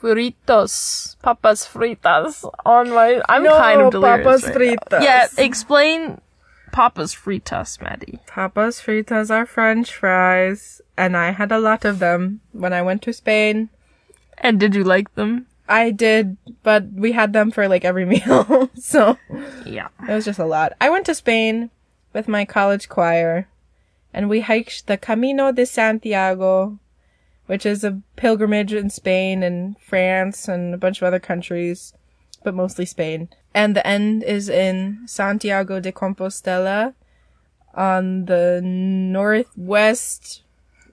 B: fritos, papas fritas on my. I'm
A: No,
B: kind of delirious.
A: papas
B: right now.
A: fritas.
B: Yeah, explain papas fritas, Maddie.
A: Papa's fritas are French fries, and I had a lot of them when I went to Spain.
B: And did you like them?
A: I did, but we had them for like every <laughs> meal, so.
B: Yeah.
A: It was just a lot. I went to Spain with my college choir and we hiked the Camino de Santiago, which is a pilgrimage in Spain and France and a bunch of other countries, but mostly Spain. And the end is in Santiago de Compostela on the northwest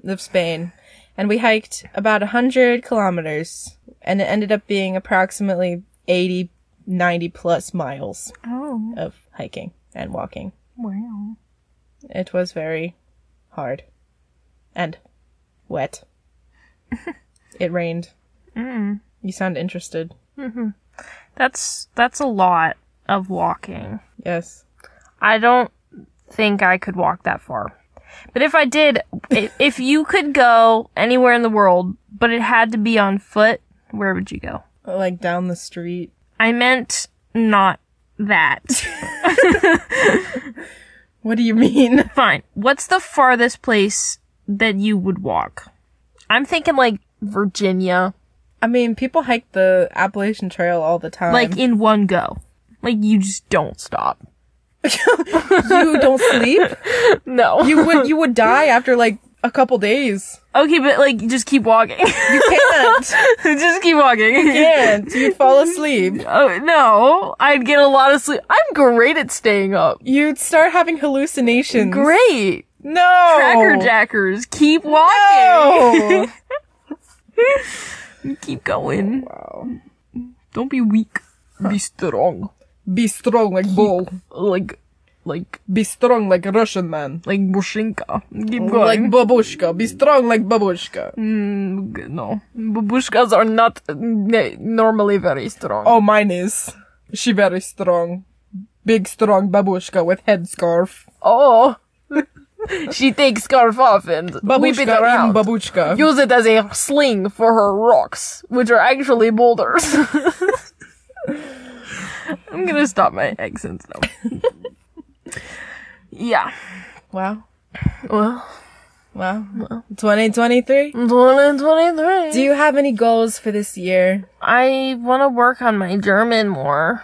A: of Spain. And we hiked about 100 kilometers and it ended up being approximately 80, 90 plus miles
B: Oh
A: of hiking and walking.
B: wow.
A: It was very hard and <laughs> wet. it rained. You sound interested.
B: That's that's a lot of walking.
A: Yes.
B: I don't think I could walk that far. But if I did, if, if you could go anywhere in the world, but it had to be on foot, where would you go?
A: Like down the street.
B: I meant not that.
A: What do you mean? <laughs>
B: Fine. What's the farthest place that you would walk? I'm thinking like Virginia,
A: I mean, people hike the Appalachian Trail all the time. <laughs>
B: like in one go. Like you just don't stop.
A: you don't sleep.
B: No.
A: You would you would die after like a couple days.
B: okay, but like just keep walking. <laughs>
A: You <laughs> can't.
B: just keep walking.
A: can't. You'd fall asleep.
B: Oh no, I'd get a lot of sleep. I'm great at staying up.
A: You'd start having hallucinations.
B: Great.
A: No.
B: Cracker Jackers, keep
A: No.
B: walking. <laughs> Keep going. Don't be weak. Be strong.
A: Be strong like bull.
B: Like like
A: Be strong like a Russian man.
B: like Bushinka. Keep
A: Like
B: going.
A: babushka. Be strong like babushka.
B: Mm, g- no, babushkas are not n- normally very strong.
A: Oh, mine is. She very strong. Big strong babushka with headscarf.
B: Oh. <laughs> she takes scarf off and whip it
A: Babushka in
B: around.
A: babushka.
B: Use it as a sling for her rocks, which are actually boulders. <laughs> I'm gonna stop my accents now. <laughs> yeah.
A: wow.
B: Well,
A: Wow.
B: Mm.
A: 2023.
B: 2023.
A: Do you have any goals for this year?
B: I wanna work on my German more.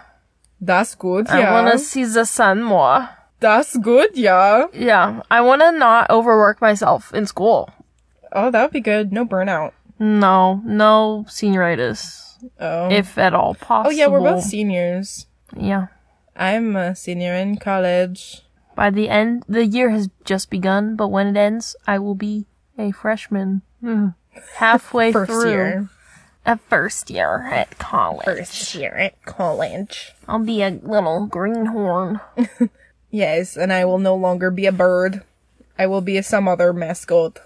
A: That's good,
B: I
A: yeah.
B: wanna see the sun more.
A: That's good, yeah.
B: Yeah. I wanna not overwork myself in school.
A: Oh, that would be good. No burnout.
B: No, no senioritis,
A: Oh.
B: if at all
A: oh,
B: possible.
A: yeah, we're both seniors.
B: Yeah.
A: I'm a senior in college.
B: By the end, the year has just begun, but when it ends, I will be a freshman.
A: <laughs>
B: Hmm. Halfway
A: First
B: through
A: year.
B: a first year at college,
A: First year at college.
B: I'll be a little greenhorn.
A: Yes, and I will no longer be a bird. I will be some other mascot.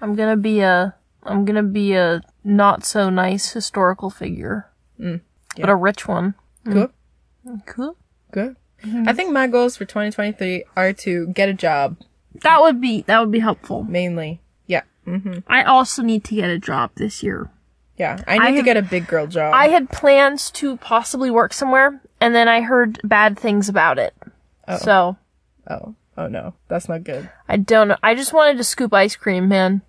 B: I'm gonna be a, I'm gonna be a not so nice historical figure,
A: Hmm.
B: but a rich one.
A: Good.
B: Cool.
A: Good.
B: Mm-hmm.
A: I think my goals for 2023 are to get a job,
B: That would be that would be helpful.
A: mainly. Yeah. hmm
B: I also need to get a job this year.
A: Yeah. I need to
B: have-
A: get a big girl job.
B: I had plans to possibly work somewhere, and then I heard bad things about it. So
A: oh. Oh no. That's not good.
B: I don't know. I just wanted to scoop ice cream, man.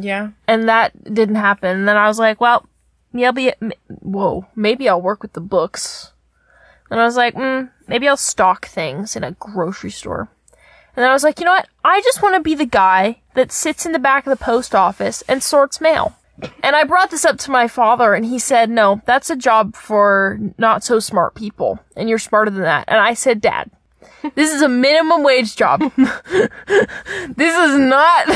A: Yeah.
B: And that didn't happen. And then I was like, well, maybe, m- whoa, maybe I'll work with the books. And I was like, mm, maybe I'll stock things in a grocery store. And then I was like, you know what? I just want to be the guy that sits in the back of the post office and sorts mail. And I brought this up to my father, and he said, no, that's a job for not so smart people. And you're smarter than that. And I said, Dad, this is a minimum wage job. <laughs> this is not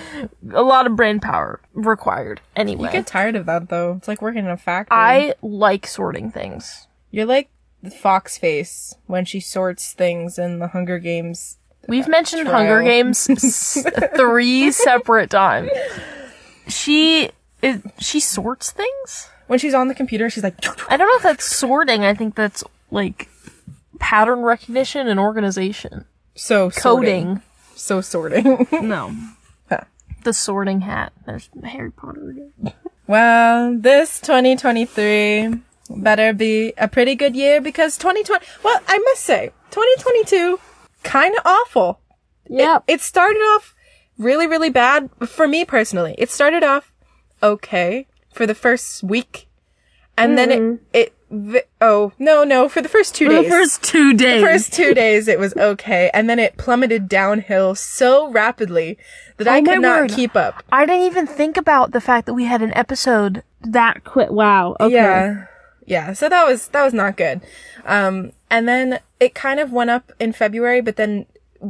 B: <laughs> a lot of brain power required anyway.
A: I get tired of that though. It's like working in a factory.
B: I like sorting things.
A: You're like the fox face when she sorts things in the Hunger Games.
B: We've mentioned
A: trial.
B: Hunger <laughs> Games s- three separate times. She is, she sorts things.
A: When she's on the computer, she's like,
B: I don't know if that's sorting. I think that's like pattern recognition and organization.
A: so sorting.
B: Coding.
A: So sorting. <laughs>
B: <laughs> No.
A: Huh.
B: The sorting hat. There's Harry Potter again.
A: Well, this 2023 better be a pretty good year because 2020, well, I must say, 2022, kind of awful. <laughs>
B: Yeah.
A: It started off really, really bad for me personally. It started off okay for the first week. And then it, it, vi- oh, no, no, for the first two days.
B: Mm-hmm. first two days. <laughs>
A: First two days it was okay, and then it plummeted downhill so rapidly that I
B: Oh my
A: could not
B: word.
A: keep up.
B: I didn't even think about the fact that we had an episode that quick. Wow. Okay.
A: Yeah. Yeah. So that was that was not good. Um and then it kind of went up in February but then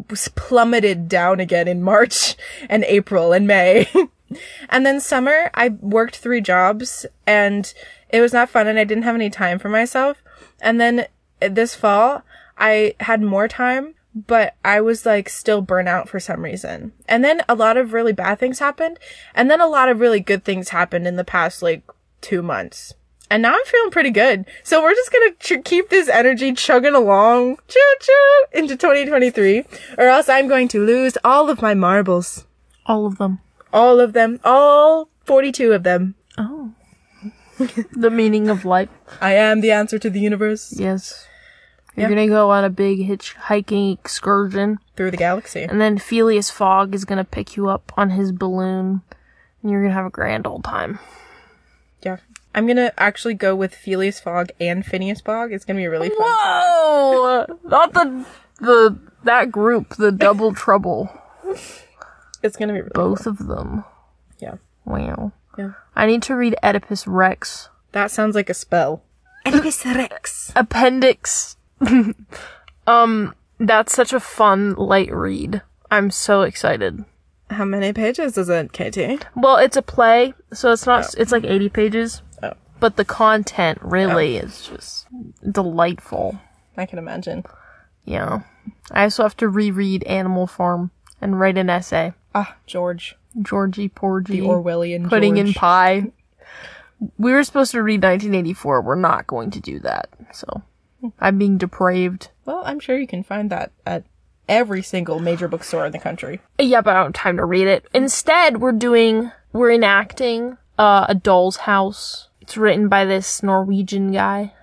A: was plummeted down again in March <laughs> and April and May. <laughs> and then summer I worked three jobs and it was not fun and I didn't have any time for myself. And then uh, this fall I had more time but I was like still burnout for some reason. And then a lot of really bad things happened and then a lot of really good things happened in the past like 2 months. And now I'm feeling pretty good. So we're just gonna ch- keep this energy chugging along, choo choo, into 2023, or else I'm going to lose all of my marbles.
B: All of them.
A: All of them. All 42 of them.
B: Oh. <laughs> the meaning of life.
A: I am the answer to the universe
B: Yes. You're gonna go on a big hitchhiking excursion,
A: through the galaxy.
B: and then Phileas Fogg is gonna pick you up on his balloon, and you're gonna have a grand old time.
A: Yeah. I'm gonna actually go with Phileas Fogg and Phineas Fogg. It's gonna be really fun.
B: Whoa! Not the the that group, the <laughs> double trouble,
A: It's gonna be really
B: both of them.
A: Yeah.
B: Wow.
A: Yeah.
B: I need to read Oedipus Rex.
A: That sounds like a spell.
C: Elvis Rex.
B: Appendix. <laughs> um, that's such a fun light read. I'm so excited.
A: How many pages is it, Katie?
B: Well, it's a play, so it's not. It's like eighty pages.
A: Oh.
B: But the content really is just delightful.
A: I can imagine.
B: Yeah. I also have to reread Animal Farm and write an essay.
A: Ah, George.
B: Georgie Porgy.
A: The Orwellian
B: pudding
A: George.
B: in pie. We were supposed to read 1984. We're not going to do that. So I'm being depraved.
A: Well, I'm sure you can find that at every single major bookstore in the country.
B: Yeah, but I don't have time to read it. Instead, we're doing, we're enacting uh, A Doll's House. It's written by this Norwegian guy.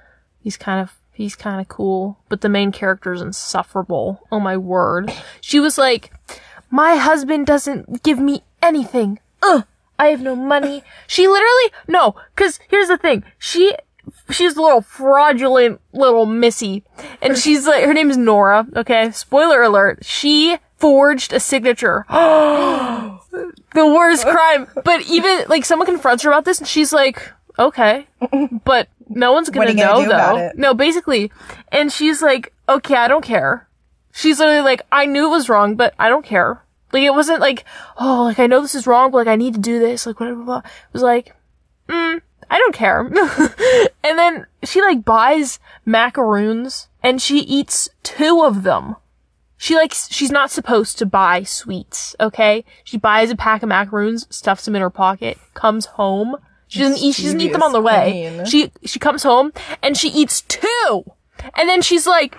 B: He's kind of, he's kind of cool, but the main character is insufferable. Oh my word. She was like, my husband doesn't give me anything. Ugh, I have no money. She literally, no, cause here's the thing. She, she's a little fraudulent little missy. And she's like, her name is Nora. Okay. Spoiler alert. She forged a signature. the
A: <laughs>
B: worst crime. But even, like, someone confronts her about this and she's like, okay. But no one's gonna
A: are you
B: know
A: gonna do
B: though.
A: about it?
B: No, basically. And she's like, okay, I don't care. She's literally like, I knew it was wrong, but I don't care. Like, it wasn't like, oh, like, I know this is wrong, but like, I need to do this, like, whatever, blah. blah. It was like, I don't care. <laughs> and then she like buys macaroons and she eats two of them. She like s- she's not supposed to buy sweets, okay? She buys a pack of macaroons, stuffs them in her pocket, comes home. She doesn't eat she doesn't eat them on the way.
A: Mischievous
B: She she comes home and she eats two. And then she's like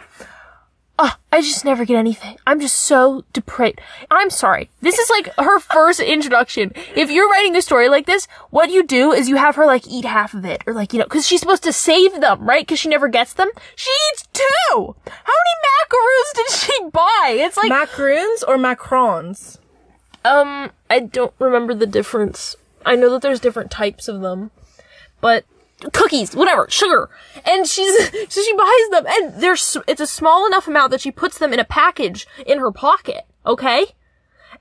B: Oh, I just never get anything. I'm just so depraved. I'm sorry. This is like her first introduction. If you're writing a story like this, what you do is you have her like eat half of it or like, you know, cause she's supposed to save them, right? Cause she never gets them. She eats two! How many macaroons did she buy? It's like,
A: Macaroons or macarons?
B: um, I don't remember the difference. I know that there's different types of them, but cookies, whatever, sugar. And she's, <laughs> so she buys them and there's, it's a small enough amount that she puts them in a package in her pocket, okay?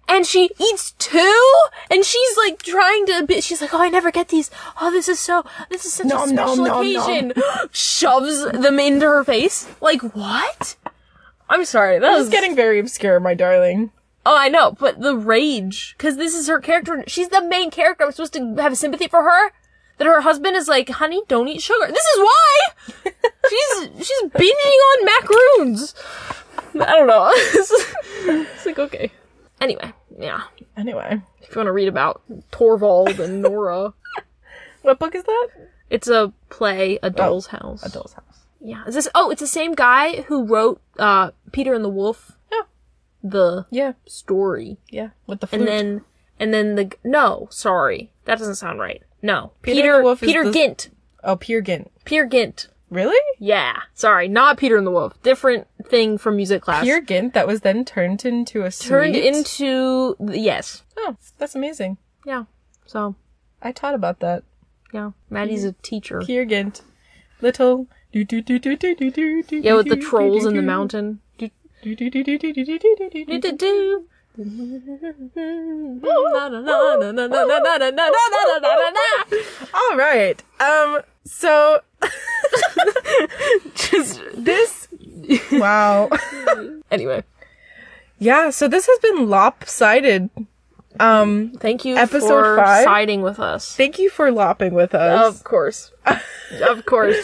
B: And she eats two and she's like trying to, be, she's like, oh, I never get these. Oh, this is so, this is such a
A: Nom, nom,
B: special
A: nom,
B: occasion. <gasps> Shoves them into her face. Like, what? I'm sorry. That
A: This
B: was
A: is getting very obscure, my darling.
B: Oh, I know, but the rage. Cause this is her character. She's the main character. I'm supposed to have sympathy for her. That her husband is like, honey, don't eat sugar. This is why! she's, she's binging on macaroons. I don't know. <laughs> it's like, okay. Anyway, yeah.
A: Anyway,
B: If you want to read about Torvald and Nora, <laughs>
A: what book is that?
B: it's a play, A Doll's House.
A: Doll's House.
B: Yeah. Is this, oh, it's the same guy who wrote, uh, Peter and the Wolf.
A: Yeah.
B: The
A: Yeah,
B: story.
A: yeah. With the flute.
B: and then and then the no, sorry, that doesn't sound right. No,
A: Peter
B: Peter
A: the Wolf is
B: Peter
A: the-
B: Gint,
A: oh, Peer Gynt.
B: Peter Gint.
A: Really?
B: Yeah, sorry, not Peter and the Wolf. Different thing from music class.
A: Peer Gynt that was then turned into a suite?
B: turned into yes,
A: Oh, that's amazing.
B: yeah. So
A: I taught about that.
B: yeah, Maddie's a teacher.
A: Peer Gynt. Little. Do, do, do, do, do, do, do, do,
B: Yeah, with the trolls in the mountain.
A: Do, do, do, do, do, do, do, do, do, do.
B: Do-do-do.
A: All right. Um.
B: <laughs>
A: So
B: Just
A: this. wow.
B: <laughs>
A: <laughs>
B: anyway.
A: Yeah. So this has been lopsided. Um.
B: Thank you
A: Episode
B: for
A: five?
B: siding with us.
A: Thank you for lopping with us.
B: Of course. of course.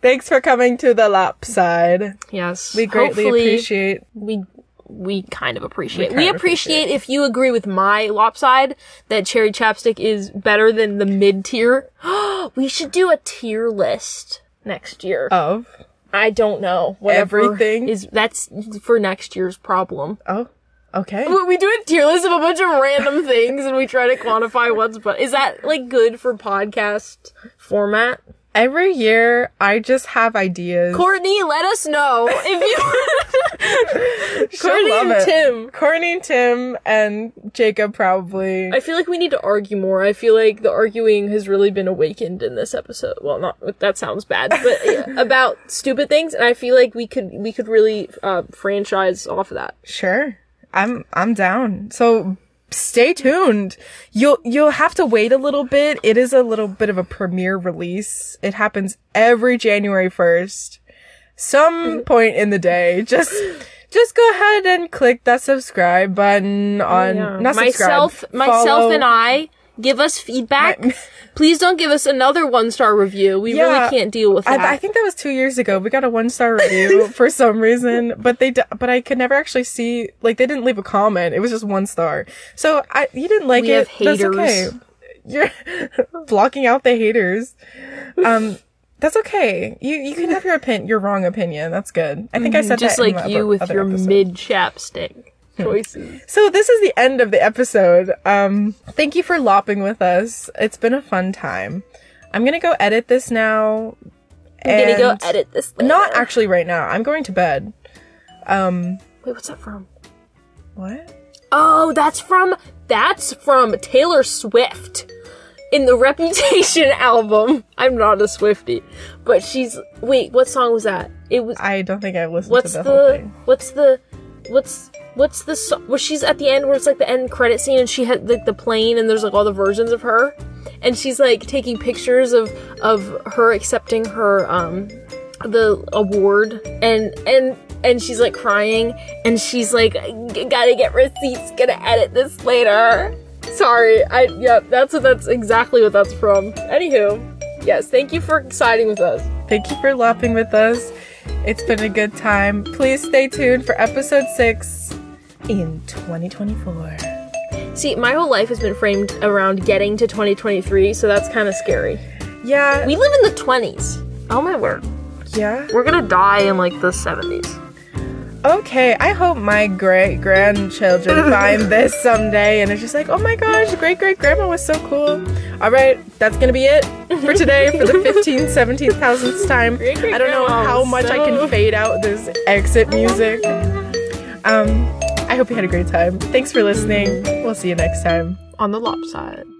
A: Thanks for coming to the lop side.
B: Yes.
A: We greatly
B: Hopefully,
A: appreciate.
B: we we kind of appreciate. We,
A: kind of
B: appreciate if you agree with my lopside that cherry chapstick is better than the mid tier. <gasps> we should do a tier list next year.
A: Of.
B: I don't know. Whatever
A: Uh, Everything?
B: is that's for next year's problem.
A: Oh. Okay.
B: We we do a tier list of a bunch of
A: <laughs>
B: random things and we try to quantify what's but is that like good for podcast format?
A: Every year, I just have ideas.
B: Courtney, let us know if you.
A: <laughs> She'll love
B: and
A: it.
B: Tim.
A: Courtney, Tim, and Jacob probably.
B: I feel like we need to argue more. I feel like the arguing has really been awakened in this episode. Well, not that sounds
A: <laughs>
B: bad, but yeah, about stupid things, and I feel like we could we could really uh, franchise off of that.
A: Sure. I'm I'm down. So stay tuned. You'll you'll have to wait a little bit. It is a little bit of a premiere release. It happens every January 1st.
B: Mm-hmm.
A: Some point in the day. Just just go ahead and click that subscribe button on not subscribe.
B: myself, myself,
A: follow-
B: and I Give us feedback. <laughs> Please don't give us another one star review. We
A: Yeah.
B: really can't deal with that.
A: I, I think that was two years ago. We got a one star
B: <laughs>
A: review for some reason, but they d- but I could never actually see like they didn't leave a comment. It was just one star. So I you didn't like
B: We
A: it.
B: have
A: That's okay.
B: haters.
A: <laughs> You're blocking out the haters. Um, that's okay. You you can have your opinion, your wrong opinion. That's good. I think I said
B: Mm-hmm. Just
A: that in
B: like
A: my
B: you
A: other-
B: with
A: other Hmm.
B: your
A: episode.
B: mid chapstick choices.
A: So this is the end of the episode. Um, thank you for lopping with us. It's been a fun time. I'm gonna go edit this now.
B: I'm gonna
A: and-
B: go edit this. Later.
A: Not actually right now. I'm going to bed. Um,
B: Wait, what's that from?
A: what?
B: Oh, that's from that's from Taylor Swift in the <laughs> Reputation album. I'm not a Swifty, but she's wait, what song was that? It was
A: I don't think I've listened
B: what's
A: to the, whole
B: the
A: thing.
B: what's the what's what's the song where she's at the end where it's like the end credit scene and she had like the plane and there's like all the versions of her and she's like taking pictures of of her accepting her um the award and and and she's like crying and she's like "G- gotta get receipts gonna edit this later sorry i yeah that's what that's exactly what that's from anywho yes thank you for siding with us
A: Thank you for lopping with us. It's been a good time. Please stay tuned for episode six in 2024.
B: See, my whole life has been framed around getting to 2023, so that's kind of scary.
A: Yeah,
B: We live in the 20s. Oh my word.
A: yeah.
B: We're gonna die in like the 70s.
A: Okay, I hope my great grandchildren
B: <laughs>
A: find this someday and it's just like, oh my gosh, great great grandma was so cool. All right, that's gonna be it for today for
B: <laughs>
A: the 15th, 17th thousandth time. I don't know
B: Great-great-grandma
A: how
B: was
A: much I
B: so-
A: can fade out this exit music. Um, I hope you had a great time. Thanks for listening. We'll see you next time.
B: On the lopside.